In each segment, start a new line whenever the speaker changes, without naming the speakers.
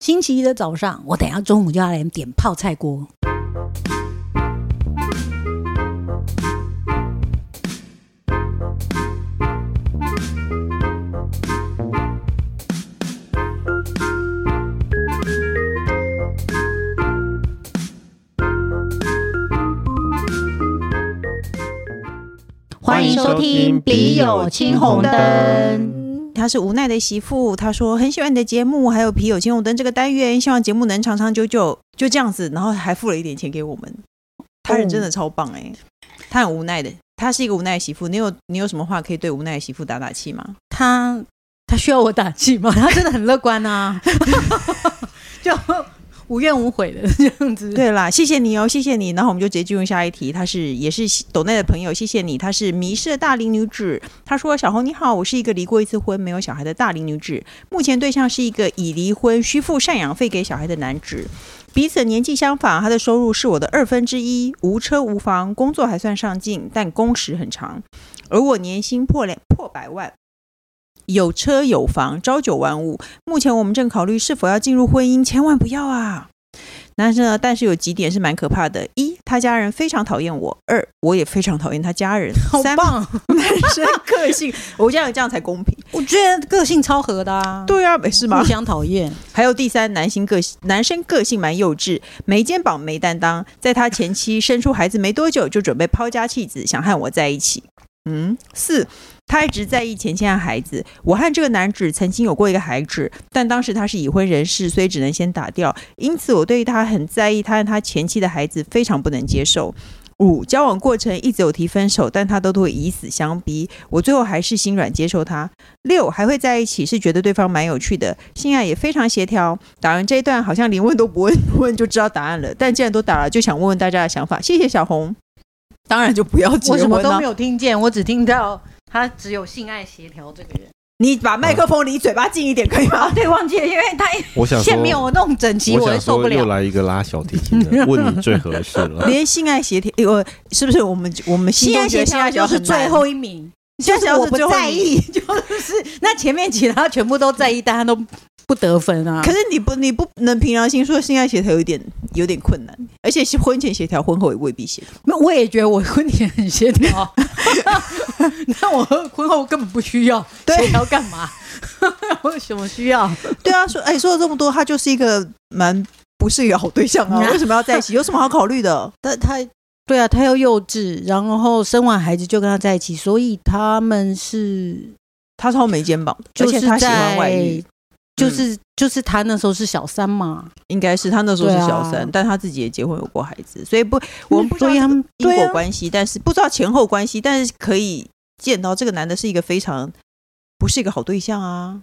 星期一的早上，我等一下中午就要来点泡菜锅。
欢迎收听《笔友青红灯》。
她是无奈的媳妇，她说很喜欢你的节目，还有《皮友金红灯》这个单元，希望节目能长长久久。就这样子，然后还付了一点钱给我们。他人真的超棒哎、她很无奈的，她是一个无奈的媳妇。你有你有什么话可以对无奈的媳妇打打气吗？
他他需要我打气吗？他真的很乐观啊， 就无怨无悔的这样子。
对啦，谢谢你哦，谢谢你。然后我们就直接进入下一题。她是也是抖内的朋友，谢谢你。她是迷失的大龄女子，她说：“小红你好，我是一个离过一次婚、没有小孩的大龄女子，目前对象是一个已离婚、需付赡养费给小孩的男子。”彼此年纪相仿，他的收入是我的二分之一，无车无房，工作还算上进，但工时很长。而我年薪破两破百万，有车有房，朝九晚五。目前我们正考虑是否要进入婚姻，千万不要啊！但是呢，但是有几点是蛮可怕的：一，他家人非常讨厌我；二，我也非常讨厌他家 人；
好
三，
棒！
男生个 性，我这样这样才公平。
我觉得个性超合的啊，
对啊，没事吗
互？相讨厌，
还有第三，男性个性，男生个性蛮幼稚，没肩膀没担当，在他前妻生出孩子没多久就准备抛家弃子，想和我在一起。嗯，四，他一直在意前妻和孩子。我和这个男子曾经有过一个孩子，但当时他是已婚人士，所以只能先打掉。因此，我对于他很在意，他和他前妻的孩子非常不能接受。五，交往过程一直有提分手，但他都会以死相逼。我最后还是心软接受他。六还会在一起，是觉得对方蛮有趣的，性爱也非常协调。打完这一段，好像连问都不问， 问就知道答案了。但既然都打了，就想问问大家的想法。谢谢小红，当然就不要 结
我什么
婚
都
了
没。有听见，我只听到他只有性爱协调这个人。
你把麦克风离嘴巴近一点，可以
啊
吗，？
对，忘记了，因为他
我想
线
说，
没有弄整齐，我
我
会
想
受
说
不
又
了。
来一个拉小提琴的，问你最合适 了。
连性爱协调，哎我是不是我们我们心
性
中
爱
觉
协
得性
调
爱协
就
调
是
很
最
难
后一名，
性爱
就是
协调
我
是
不
最后
在
一名
意， 就是那前面其他全部都在意，但他都不得分啊。
可是你不你不能凭良心说性爱协调有点有点困难，而且是婚前协调，婚后也未必协调。
那我也觉得我婚前很协 调，那我婚后根本不需要
对
协调干嘛？ 我有什么需要？
对啊，说哎说了这么多，他就是一个蛮不是一个好对象啊， 为什么要在一起？有什么好考虑的？
但他对啊，他又幼稚，然后生完孩子就跟他在一起，所以他们是
他超没肩膀的，
就
而
是
且他喜欢外遇
在，就是、就是他那时候是小三嘛，
应该是他那时候是小
对
三，
啊
但他自己也结婚有过孩子，所以不我们不知道
所以他们
因
对
果
啊
关系，但是不知道前后关系，但是可以见到这个男的是一个非常不是一个好对象啊。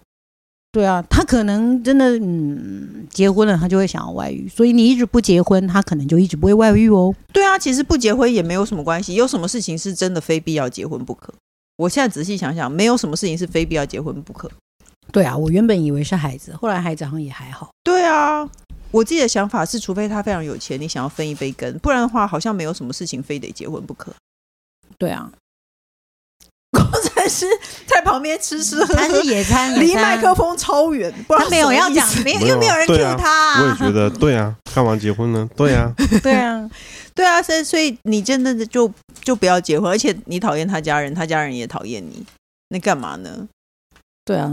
对啊，他可能真的嗯，结婚了他就会想要外遇，所以你一直不结婚，他可能就一直不会外遇哦。
对啊，其实不结婚也没有什么关系，有什么事情是真的非必要结婚不可？我现在仔细想想，没有什么事情是非必要结婚不可。
对啊，我原本以为是孩子，后来孩子好像也还好。
对啊，我自己的想法是，除非他非常有钱，你想要分一杯羹，不然的话，好像没有什么事情非得结婚不可。
对 啊，
工程师在旁边吃吃喝
他是
喝，
野餐，野
离
餐
麦克风超远，不然
他没有要讲，没有
没有啊
又没有人 cue 他、
我也觉得，对啊，干嘛结婚呢？对啊，
对啊，
对啊，所以所以你真的就就不要结婚，而且你讨厌他家人，他家人也讨厌你，那干嘛呢？
对啊，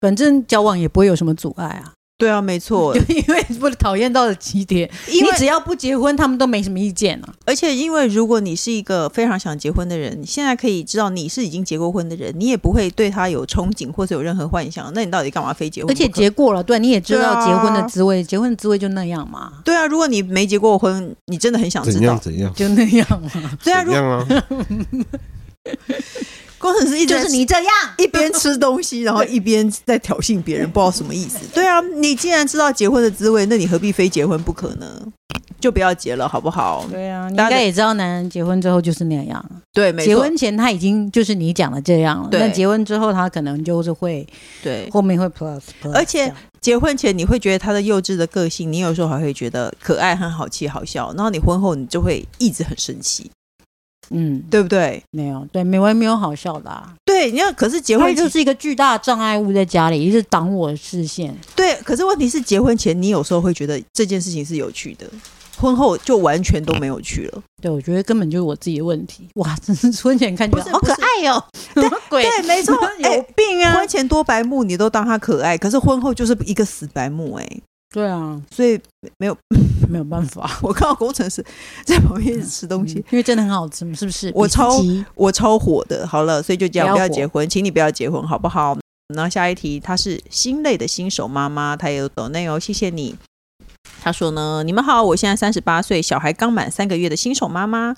反正交往也不会有什么阻碍啊，
对啊，没错
就，因为不讨厌到了极点，
因为
你只要不结婚，他们都没什么意见啊。
而且因为如果你是一个非常想结婚的人，你现在可以知道你是已经结过婚的人，你也不会对他有憧憬或者有任何幻想，那你到底干嘛非结婚
而
不可？
且结过了，对，你也知
对
道
啊
结婚的滋味，结婚的滋味就那样嘛，
对啊，如果你没结过婚，你真的很想知
怎样
道。
怎样？
就那样 嘛，
对啊，如
怎样
果
啊？
工程师一直在
这样。
一边吃东 西，然后一边在挑衅别人，不知道什么意思。对啊，你既然知道结婚的滋味，那你何必非结婚不可呢？就不要结了，好不好？
对啊，你应
大家
该也知道，男人结婚之后就是那样。
对，没
结
错，
婚前他已经就是你讲的这样了，
对
那结婚之后他可能就是会
对。
后面会 plus，, plus
而且
这样
结婚前你会觉得他的幼稚的个性，你有时候还会觉得可爱、很好气、好笑，然后你婚后你就会一直很生气。
嗯，
对不对？
没有，对，没完没有好笑的、啊。
对，你看，可是结
他
婚
就
前
是一个巨大的障碍物在家里，一直挡我的视线。
对，可是问题是结婚前你有时候会觉得这件事情是有趣的，婚后就完全都没有趣了。
对，我觉得根本就是我自己的问题。哇，真是婚前看起来
不是
好可
不
爱 哦，什么鬼？，
对，没错
有
哎
病啊
婚！前多白目，你都当他可爱，可是婚后就是一个死白目哎、
对啊，
所以没有，
没有办法，
我看到工程师在旁边一直吃东西，
嗯因为真的很好吃嘛，是不是？
我
比斯
超
吉
我超火的。好了，所以就这样，
不要
不要
火
结婚，请你不要结婚，好不好？然后下一题，她是新类的新手妈妈，她也有抖内哦，谢谢你。她说呢，你们好，我现在三十八岁，小孩刚满三个月的新手妈妈。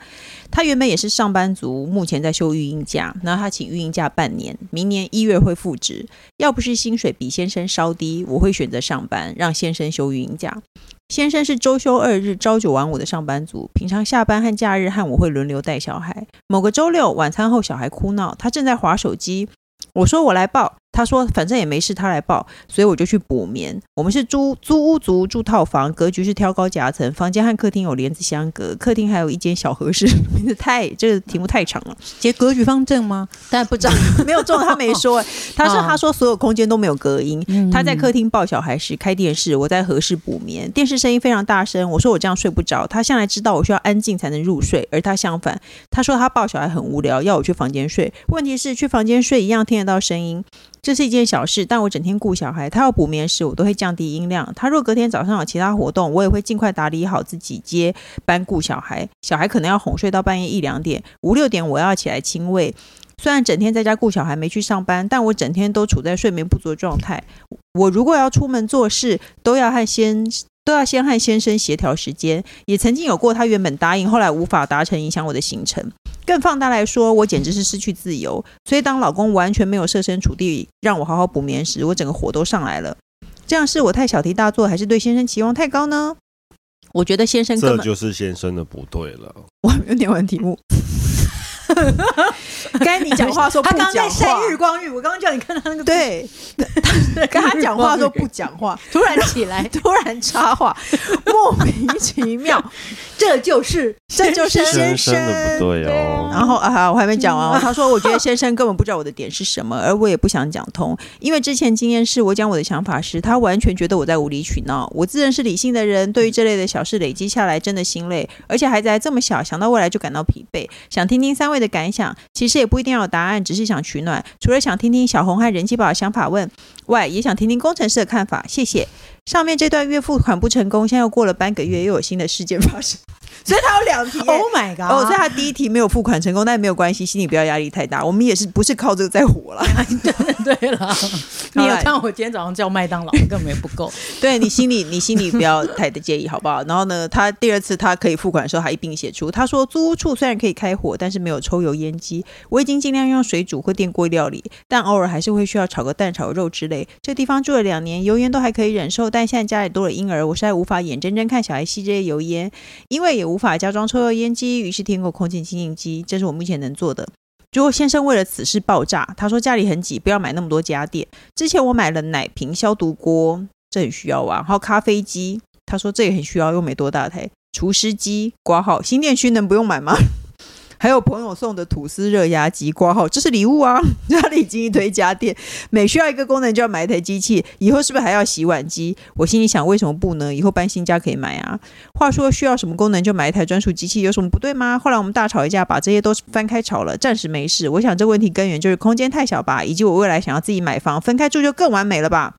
她原本也是上班族，目前在休育婴假，然后她请育婴假半年，明年一月会复职。要不是薪水比先生稍低，我会选择上班，让先生休育婴假。先生是周休二日、朝九晚五的上班族，平常下班和假日和我会轮流带小孩。某个周六晚餐后，小孩哭闹，他正在划手机，我说我来抱，他说反正也没事，他来抱，所以我就去补眠。我们是租租屋族，住套房，格局是挑高夹层，房间和客厅有帘子相隔，客厅还有一间小和室。名字太这个题目太长了，
结格局方正吗？但不知道，
没有中他没说，他说
啊
他说所有空间都没有隔音，
嗯
他在客厅抱小孩时开电视，我在和室补眠，电视声音非常大声。我说我这样睡不着，他向来知道我需要安静才能入睡，而他相反，他说他抱小孩很无聊，要我去房间睡。问题是去房间睡一样听得到声音，这是一件小事，但我整天顾小孩，他要补眠时我都会降低音量。他若隔天早上有其他活动，我也会尽快打理好自己接班顾小孩，小孩可能要哄睡到半夜一两点，五六点我要起来亲喂。虽然整天在家顾小孩没去上班，但我整天都处在睡眠不足的状态。我如果要出门做事，都要和先都要先和先生协调时间。也曾经有过他原本答应，后来无法达成，影响我的行程。更放大来说，我简直是失去自由。所以当老公完全没有设身处地让我好好补眠时，我整个火都上来了。这样是我太小题大做，还是对先生期望太高呢？我 觉得先生根
这
本
就是先生的不对了。
我 还没有念完题目。该你讲话的时候不
他
讲话
刚刚在晒日光浴，我刚刚叫你看他那个
对，跟他讲话的时候不讲话，
突然起来，
突然插话， 莫名其妙，
这就是
这就
先
是先
生的不对哦，
然后啊，我还没讲完哦。他说：“我觉得先生根本不知道我的点是什么，而我也不想讲通，因为之前经验是我讲我的想法时，他完全觉得我在无理取闹。我自认是理性的人，对于这类的小事累积下来真的心累，而且孩子还这么小，想到未来就感到疲惫。想听听三位的感想，其实也不一定要有答案，只是想取暖。除了想听听小红和人气宝的想法问外，也想听听工程师的看法。谢谢。”上面这段月付款不成功，现在又过了半个月，又有新的事件发生，所以他有两题耶、
Oh my god！
哦，所以他第一题没有付款成功，但没有关系，心里不要压力太大。我们也是不是靠这个在活了？
对 对了，你有看我今天早上叫麦当劳，根本也不够。
对你心里，你心里不要太的介意，好不好？然后呢，他第二次他可以付款的时候，还一并写出，他说租屋处虽然可以开火，但是没有抽油烟机。我已经尽量用水煮或电锅料理，但偶尔还是会需要炒个蛋、炒个肉之类。这地方住了两年，油烟都还可以忍受，但现在家里多了婴儿，我实在无法眼睁睁看小孩吸这些油烟，因为也无法加装抽油烟机，于是添购空气清净机，这是我目前能做的。结果先生为了此事爆炸，他说家里很挤，不要买那么多家电。之前我买了奶瓶消毒锅，这很需要啊，然后咖啡机，他说这也很需要，又没多大台。除湿机挂号，新店区能不用买吗？还有朋友送的吐司热压机挂号，这是礼物啊！ 家里已经一堆家电，每需要一个功能就要买一台机器，以后是不是还要洗碗机？我心里想，为什么不呢？以后搬新家可以买啊。话说需要什么功能就买一台专属机器，有什么不对吗？后来我们大吵一架，把这些都翻开炒了，暂时没事。我想这问题根源就是空间太小吧，以及我未来想要自己买房，分开住就更完美了吧。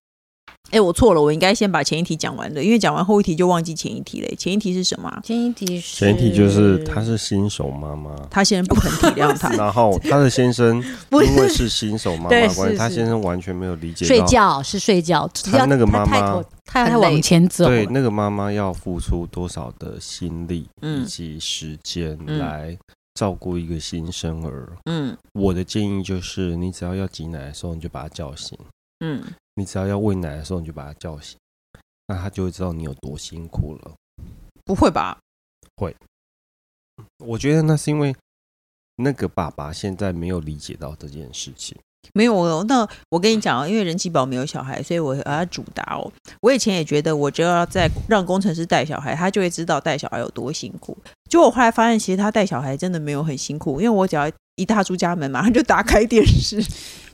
哎，我错了，我应该先把前一题讲完的，因为讲完后一题就忘记前一题嘞。前一题是什么啊？，
前一题是
前提就是她是新手妈妈
他先不肯体谅 他，
然后她的先生
不是
因为是新手妈妈
对
的关
是
系，她
是
先生完全没有理解
睡
到，
觉是睡觉，只要
他那个妈妈
太妥太太
很累
往前走，
对那个妈妈要付出多少的心力以
嗯
及时间
嗯
来照顾一个新生儿。
嗯
我的建议就是，你只要要挤奶的时候，你就把他叫醒；
嗯，
你只要要喂奶的时候，你就把他叫醒，那他就会知道你有多辛苦了。
不会吧？
我觉得那是因为那个爸爸现在没有理解到这件事情。
没有哦，那我跟你讲哦，因为人气宝没有小孩，所以我要主打哦。我以前也觉得，我只要在让工程师带小孩，他就会知道带小孩有多辛苦。结果我后来发现，其实他带小孩真的没有很辛苦，因为我只要一踏出家门，马上就打开电 视，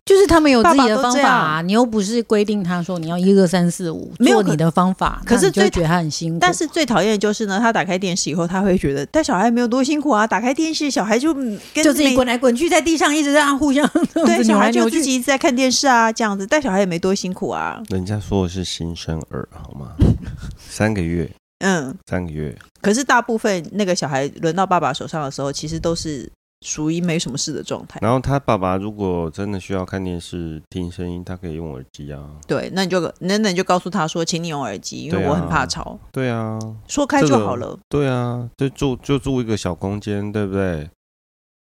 就是他们有自己的方
爸爸都这
法、啊，
样
你又不是规定他说你要一二三四五，
没有
做你的方法，
可可是
那你就会
最
觉得他很辛苦。
但是最讨厌的就是呢，他打开电视以后，他会觉得带小孩没有多辛苦啊，打开电视小孩就嗯跟
就自己
没
滚来滚去，在地上一直这样互相这样
对
子
小
扭来
孩就
扭
自
去。
己一直在看电视啊，这样子带小孩也没多辛苦啊，
人家说的是新生儿，好吗？ 三个月，
嗯。
三个月，
可是大部分那个小孩轮到爸爸手上的时候，其实都是属于没什么事的状态。
然后他爸爸如果真的需要看电视听声音，他可以用耳机啊。
对，那你就那那你就告诉他说，请你用耳机，因为
对啊
我很怕吵，
对啊，
说开就
这个
好了。
对啊，就住就住一个小空间，对不对？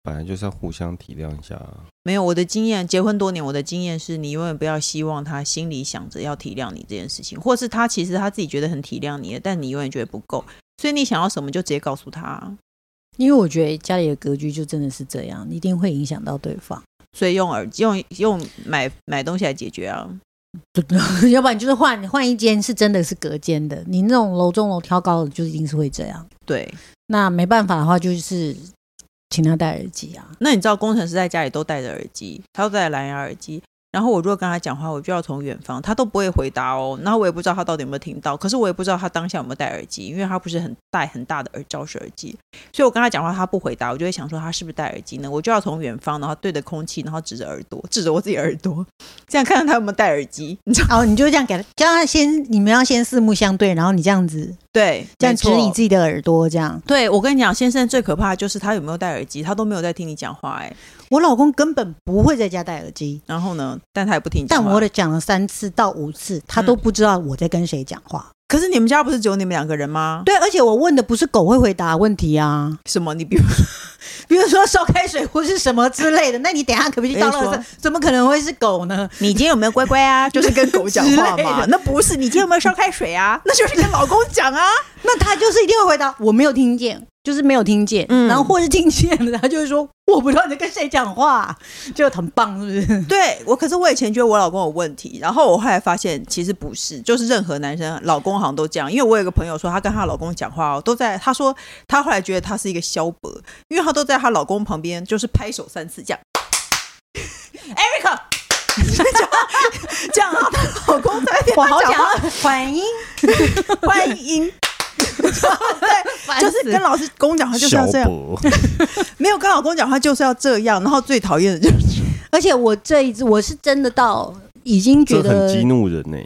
本来就是要互相体谅一下啊。
没有我的经验，结婚多年，我的经验是你永远不要希望他心里想着要体谅你这件事情，或是他其实他自己觉得很体谅你的，但你永远觉得不够，所以你想要什么就直接告诉他，
因为我觉得家里的格局就真的是这样，一定会影响到对方。
所以用耳机用用买买东西来解决啊。
要不然就是换换一间是真的是隔间的，你那种楼中楼挑高的就一定是会这样。
对，
那没办法的话，就是请他戴耳机啊。
那你知道工程师在家里都戴着耳机，他都戴蓝牙耳机。然后我如果跟他讲话，我就要从远方，他都不会回答哦。然后我也不知道他到底有没有听到，可是我也不知道他当下有没有戴耳机，因为他不是很戴很大的耳罩式耳机，所以我跟他讲话，他不回答，我就会想说他是不是戴耳机呢？我就要从远方，然后对着空气，然后指着耳朵，指着我自己耳朵，这样看看他有没有戴耳机。 你知道？
哦，你就这样给他，叫他先，你们要先四目相对，然后你这样子，
对，
这样
没
指
错
你自己的耳朵，这样。
对我跟你讲，先生最可怕的就是他有没有戴耳机，他都没有在听你讲话哎、
我老公根本不会在家戴耳机，
然后呢，但他也不听你讲
但
话。
我的讲了三次到五次，
嗯
他都不知道我在跟谁讲话。
可是你们家不是只有你们两个人吗？
对，而且我问的不是狗会回答的问题啊，
什么？你比如
比如说烧开水或是什么之类的。 那你等一下可不可以去倒垃
我跟
圾？怎么可能会是狗呢？
你今天有没有乖乖啊？ 就是跟狗讲话
之类
嘛
的。
那不是，你今天有没有烧开水啊？ 那就是跟老公讲啊。
那他就是一定会回答我没有听见，就是没有听见，
嗯
然后或是听见了，他就会说我不知道你在跟谁讲话，就很棒，是 不是？
对我，可是我以前觉得我老公有问题，然后我后来发现其实不是，就是任何男生老公好像都这样。因为我有一个朋友说，她跟她老公讲话哦，都在她说她后来觉得她是一个萧伯，因为她都在她老公旁边就是拍手三次这 样。Erica，这样这样啊，她老公在那边
我好
讲
想
话
要反 应，
欢 迎，
烦
就是
死
跟老师公讲话啊就是要这样。
伯，
没有跟老公讲话就是要这样，然后最讨厌的就是
而且我这一次我是真的到已经觉
这
得
很激怒人呢、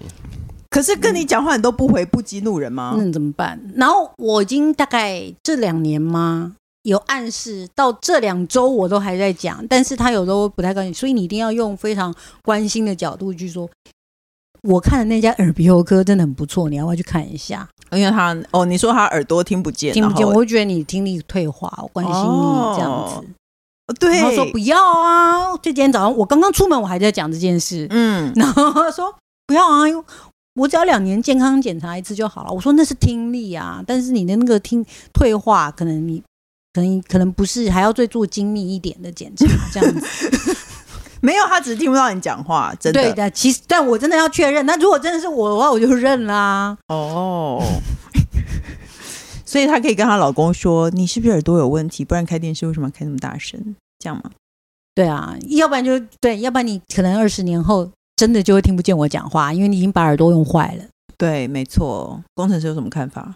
可是跟
嗯
你讲话你都不回，不激怒人吗？
那怎么办？然后我已经大概这两年吗，有暗示到这两周我都还在讲，但是他有时候不太高兴，所以你一定要用非常关心的角度去说。我看的那家耳鼻喉科真的很不错，你要不要去看一下？
因为他哦，你说他耳朵听不见，
听不见，
然
我
后
会觉得你听力退化，我关心你
哦
这样子。
对，
然后说不要啊，就今天早上我刚刚出门，我还在讲这件事。
嗯，
然后他说不要啊，因为我只要两年健康检查一次就好了。我说那是听力啊，但是你的那个听退化，可能你可能可能不是，还要再做精密一点的检查，这样子。
没有，他只是听不到你讲话，真的
对的，其实但我真的要确认，那如果真的是我的话，我就认啦。
哦。所以她可以跟她老公说：“你是不是耳朵有问题？不然开电视为什么要开那么大声？这样吗
对啊，要不然就对，要不然你可能二十年后真的就会听不见我讲话，因为你已经把耳朵用坏了。？”
对，没错。工程师有什么看法？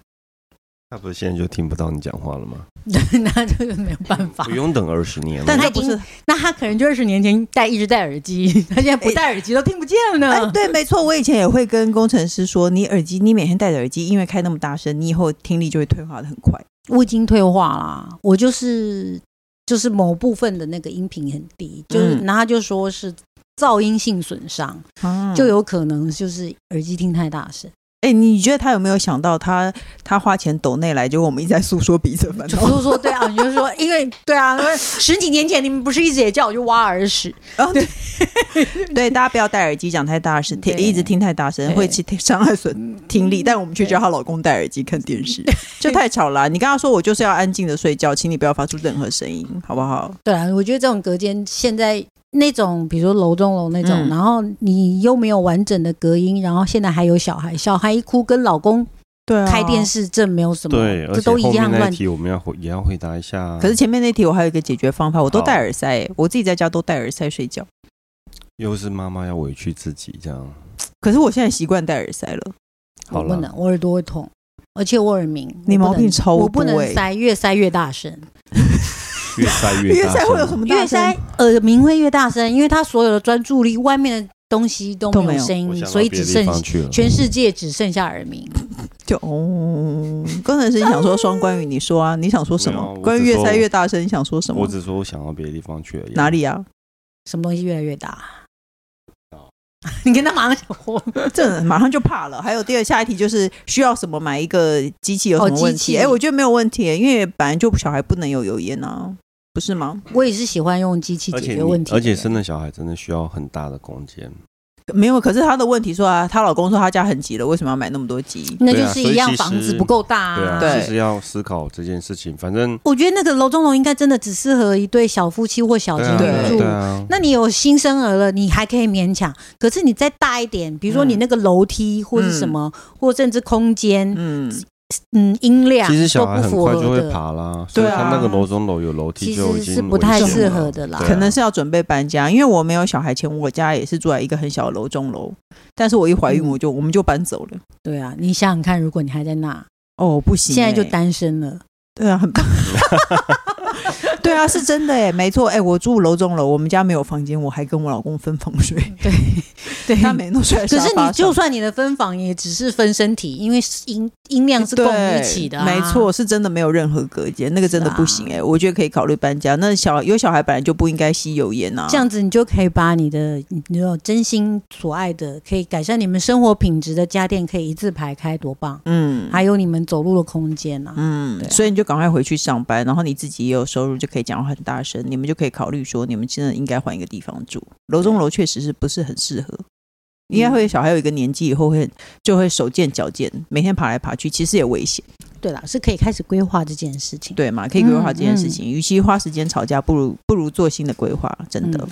他不是现在就听不到你讲话了吗？
对，那就是没有办法
不。用等二十年了，
但
他
这
已
不
经
是
那他可能就二十年前戴一直戴耳机，他现在不戴耳机都听不见了呢。
哎，对，没错，我以前也会跟工程师说，你耳机，你每天戴着耳机，因为开那么大声，你以后听力就会退化的很快。
我已经退化啦，我就是就是某部分的那个音频很低，就是、
嗯
然后他就说是噪音性损伤，
嗯
啊
就
就有
有可能就是耳机听太大 声。
哎、你觉得他有没有想到他他花钱抖内来，结果我们一直在诉说彼此的烦
就
恼？
是说对 啊，你就说因为对啊，因为十几年前你们不是一直也叫我去挖耳屎，
哦，对 对，大家不要戴耳机讲太大声，听
对
一直听太大声
对嗯
会去听伤害损听力，但我们却叫她老公戴耳机看电视，就太吵了啊、你跟他说我就是要安静的睡觉，请你不要发出任何声音，好不好？
对啊，我觉得这种隔间现在那种，比如说楼中楼那种，
嗯
然后你又没有完整的隔音，然后现在还有小孩，小孩一哭跟老公
对啊，
开电。视这没有什么，
对，而
这
且
都一
后面
样
那
乱
一。题我们要回也要回答一下啊。
可是前面那题我还有一个解决方法，我都
好
戴耳塞、欸，我自己在家都戴耳塞睡觉。
又是妈妈要委屈自己这样，
可是我现在习惯戴耳塞了，
我
好
不
了
能，我耳朵会痛，而且我耳鸣。
你
我不
毛病
能
超
我不
多
能
欸
塞，越塞越大声，
越塞
越
大
塞
声
会有什么 大
越
声？
塞耳鸣会越大声，因为他所有的专注力，外面的东西都
都
没
没
有
有
声
我
音，
想到
所以
别
只
的地
剩
方去了。
全世界只剩下耳鸣。
就哦，工程师你想说双关语，你说啊，你想说什
没有我
么？
只
关于越
说
塞越大声，你想说什
我
么？
只说我想到别的地方去而已。
哪？里啊？
什么东西越来越大？
哦
你跟他马上想我
这马上就怕了。还有第二下一题就是需要什么买一个机器有什么问
哦
题？
机器
哎、我觉得没有问题，因为本来就小孩不能有油烟啊，不是吗？
我也是喜欢用机器
而
解
且
决
你
问题的
而
人，
且生了小孩真的需要很大的空间。
没有，可是她的问题说啊，她老公说她家很急了，为什么要买那么多机？
那
对
就
啊
是
所
一
以
样
其
房子
实
不够大啊。
对啊，
对
其实要思考这件事情。反正
我觉得那个楼中楼应该真的只适合一对小夫妻或小
对
情
啊，
侣
对啊
住
对。啊，
那你有新生儿了，你还可以勉强。可是你再大一点，比如说
嗯
你那个楼梯或是什
嗯
么，或甚至空间，
嗯，
嗯，音量
其实小
都
孩
不
很
符
快
合
就会
的，
爬啦，所以
对啊
他那个楼中楼有楼梯
其
就已
实
经
是不太
危险
适
了
合的啦。
对啊
可能是要准备搬家，因为我没有小孩前，我家也是住在一个很小的楼中楼，但是我一怀孕
嗯
我就、我们就搬走了。
对啊，你想想看，如果你还在那，
哦，不行、
现在就
哎
单身了，
对啊，很棒。 对啊，是真的哎，没错哎，我住楼中楼，我们家没有房间，我还跟我老公分房睡，
对对
他每天都睡在
可
沙
是
发
你就
上
算你的分房也只是分身体，因为音音量是共一起的、啊，
对没错，。是真的没有任何隔间，那个真的不行
是啊
哎，我觉得可以考虑搬家。那小有小孩本来就不应该吸油烟呐，
这样子你就可以把你的你你有真心所爱的，可以改善你们生活品质的家电，可以一字排开，多棒！
嗯
还有你们走路的空间啊，
嗯
对，啊
所以你就赶快回去上班，然后你自己也有收入，就可以讲话很大声，你们就可以考虑说，你们真的应该换一个地方住。楼中楼确实是不是很适合？应
嗯
该会小孩有一个年纪以后会就会手贱脚贱，每天爬来爬去，其实也危险，
对啦，是可以开始规划这件事情。嗯
对嘛？可以规划这件事情，与其花时间吵架，不如不如做新的规划，真的。
嗯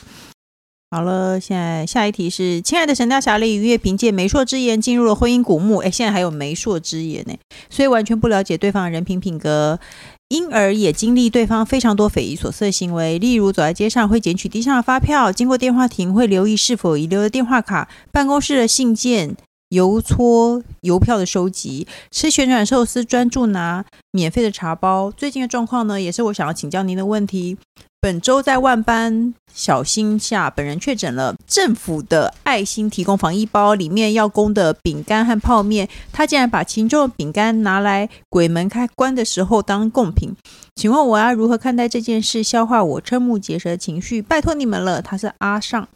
好了，现在下一题是：亲爱的神雕侠侣，于越凭借媒妁之言进入了婚姻古墓。哎，现在还有媒妁之言呢，所以完全不了解对方的人品品格，因而也经历对方非常多匪夷所思的行为，例如走在街上会捡取地上的发票，经过电话亭会留意是否有遗留的电话卡，办公室的信件。邮戳、邮票的收集，吃旋转寿司专注拿免费的茶包。最近的状况呢，也是我想要请教您的问题。本周在万般小心下，本人确诊了。政府的爱心提供防疫包里面要供的饼干和泡面，他竟然把其中的饼干拿来鬼门开关的时候当贡品。请问我要如何看待这件事？消化我瞠目结舌的情绪，拜托你们了。他是阿尚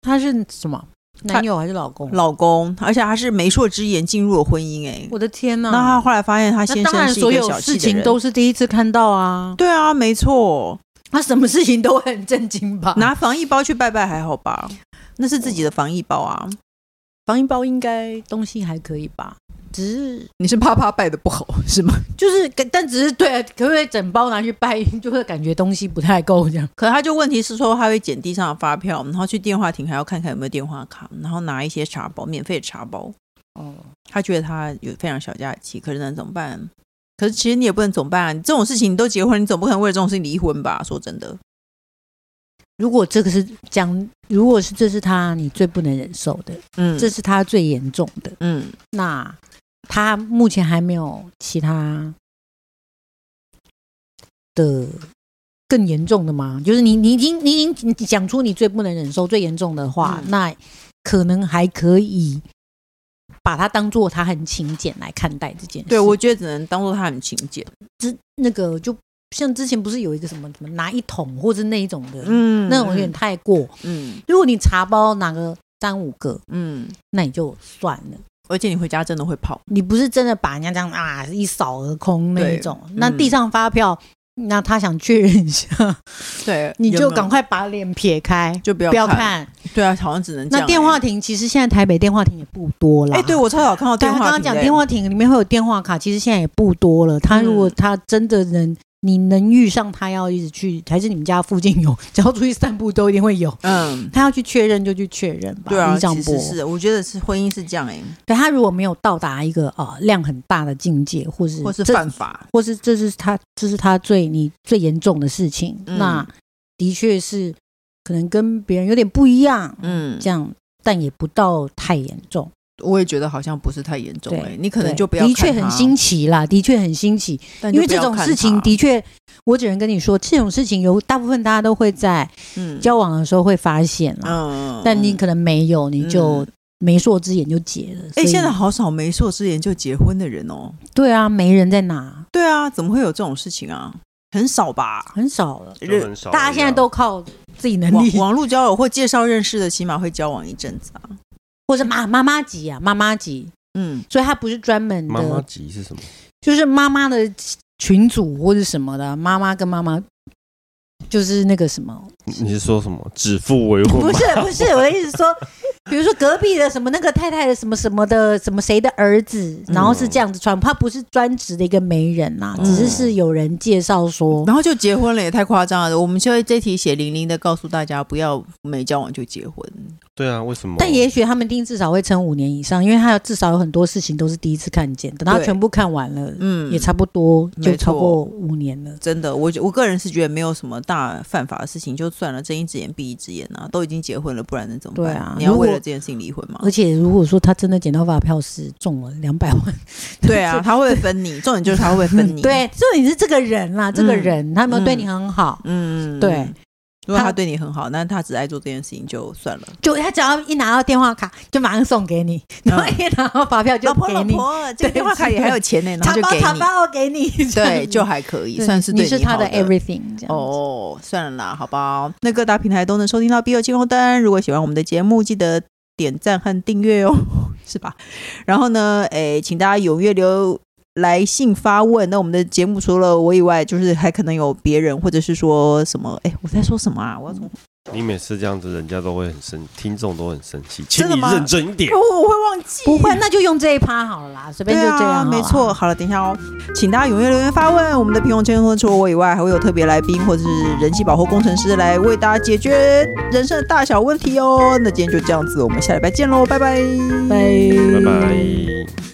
他是什么男友还是老公？
老公，而且他是媒妁之言进入了婚姻、哎，
我的天呐、
那他后来发现他
那
先
当
生
然，
是一
所
个
有
小
事
气的
情
人。
都是第一次看到 啊，
对啊，没错，
他什么事情都会很震惊吧？
拿防疫包去拜拜还好吧？那是自己的防疫包啊。
防疫包应该东西还可以吧？只是
你是怕怕拜的不好是吗？
就是，但只是对，啊可不可以整包拿去拜，就会感觉东西不太够这样。
可他就问题是说，他会捡地上的发票，然后去电话亭还要看看有没有电话卡，然后拿一些茶包，免费的茶包。
哦，
他觉得他有非常小家气，可是能怎么办？可是其实你也不能怎么办、啊，这种事情你都结婚，你总不可能为了这种事情离婚吧？说真的，
如果这个是讲，如果是这是他你最不能忍受的，
嗯
这是他最严重的，
嗯，
那他目前还没有其他的更严重的吗？就是你你已经你已经讲出你最不能忍受、最严重的话，
嗯
那可能还可以把它当做他很勤俭来看待这件事。
对我觉得只能当做他很勤俭，
之那个就像之前不是有一个什么什么拿一桶或者那一种的，
嗯
那种有点，太过。
嗯
如果你茶包拿个三五个，
嗯，
那你就算了。
而且你回家真的会跑，
你不是真的把人家这样啊一扫而空那一种。
对嗯
那地上发票，那他想确认一下，
对，
你
有
就
没有
赶快把脸撇开，
就不要
不要
看，
看。
对啊，好像只能这
那
样
电话
欸
亭其实现在台北电话亭也不多啦。
哎、对我超少看到
对
电
他
话亭的
刚
欸，
刚讲电话亭里面会有电话卡，其实现在也不多了。他如果
嗯
他真的能你能遇上他要一直去，还是你们家附近有？ 只要出去散步都一定会有。
嗯，
他要去确认就去确认吧，
对啊，
李长
其
博
实。是我觉得是婚姻是这样哎、
对他如果没有到达一个啊、呃量很大的境界，或是
或是
嗯这
犯法，
或是这是他这是他最你最严重的事情，
嗯
那的确是可能跟别人有点不一样，
嗯，
这样，但也不到太严重。
我也觉得好像不是太严重哎、
对
你可能
对
就不要
的确
看他
很新，奇啦，的确很新奇，
但
因
就
为
不
这
要
种
看
事情
他
的确，我只能跟你说，这种事情有大部分大家都会在
嗯
交往的时候会发现啦，
嗯，
但你
嗯
可能没有，你就
嗯
媒妁之言就结了。
哎、
所以
现在好少媒妁之言就结婚的人哦。
对啊，媒人在哪？
对啊，怎么会有这种事情啊？很少吧？
很少了，
就很少而已啊。
大家现在都靠自己能
网
力，
网络交友或介绍认识的，起码会交往一阵子啊。
或是妈妈妈级啊，妈妈级，
嗯，
所以他不是专门的，
妈妈级是什么？
就是妈妈的群组或者什么的，妈妈跟妈妈。就是那个什么，
你是说什么指腹为婚
不
吗？
是不是，我的意思是说，比如说隔壁的什么那个太太的什么什么的什么谁的儿子，然后是这样子传，他不是专职的一个媒人呐、
嗯
只是是有人介绍说，
然后就结婚了，也太夸张了。我们现在这题血淋淋的告诉大家，不要没交往就结婚。
对啊，为什么？
但也许他们一定至少会撑五年以上，因为他至少有很多事情都是第一次看见，等他
对
全部看完了，
嗯，
也差不多就
没错
超过五年了。
真的，我我个人是觉得没有什么大犯法的事情，就算了，睁一只眼闭一只眼啊，都已经结婚了，不然能怎么办？
对啊
你要
如果
为了这件事情离婚吗？
而且如果说他真的捡到发票是中了两百万，
对啊，他会分你，重点就是他会分 你。，
对，啊重点是这个人啦，这个人他有没有对你很好？
嗯，
对，
如果他
他
对你很好，那他只爱做这件事情就算了。
就他只要一拿到电话卡，就马上送给你，然后一拿到发票 就
老婆，
给
嗯老
你，
婆，这个电话卡也还有钱呢， 然
糖
后就
包
给
糖
你，
包我给你，这样
对，
子
就还可以，
对
算是对
你是他
好
的
的
everything 这样子。
哦，算了啦，好吧。那各大平台都能收听到《B 友金红灯》，如果喜欢我们的节目，记得点赞和订阅哦， 是吧？然后呢，诶，请大家踊跃留来信发问。那我们的节目除了我以外，就是还可能有别人，或者是说什么？诶，我在说什么啊？我要从
你每次这样子，人家都会很生，听众都很生气，请
真的
你
吗
认真一点
哦。我会忘记，
不会，那就用这一趴好了啦，随便就这样好
啊，
了
没错。。好了，等一下哦，请大家踊跃留言发问。我们的平庸圈除了我以外，还会有特别来宾或者是人气保护工程师来为大家解决人生的大小问题哦。那今天就这样子，我们下礼拜见喽，拜拜。
拜
拜拜。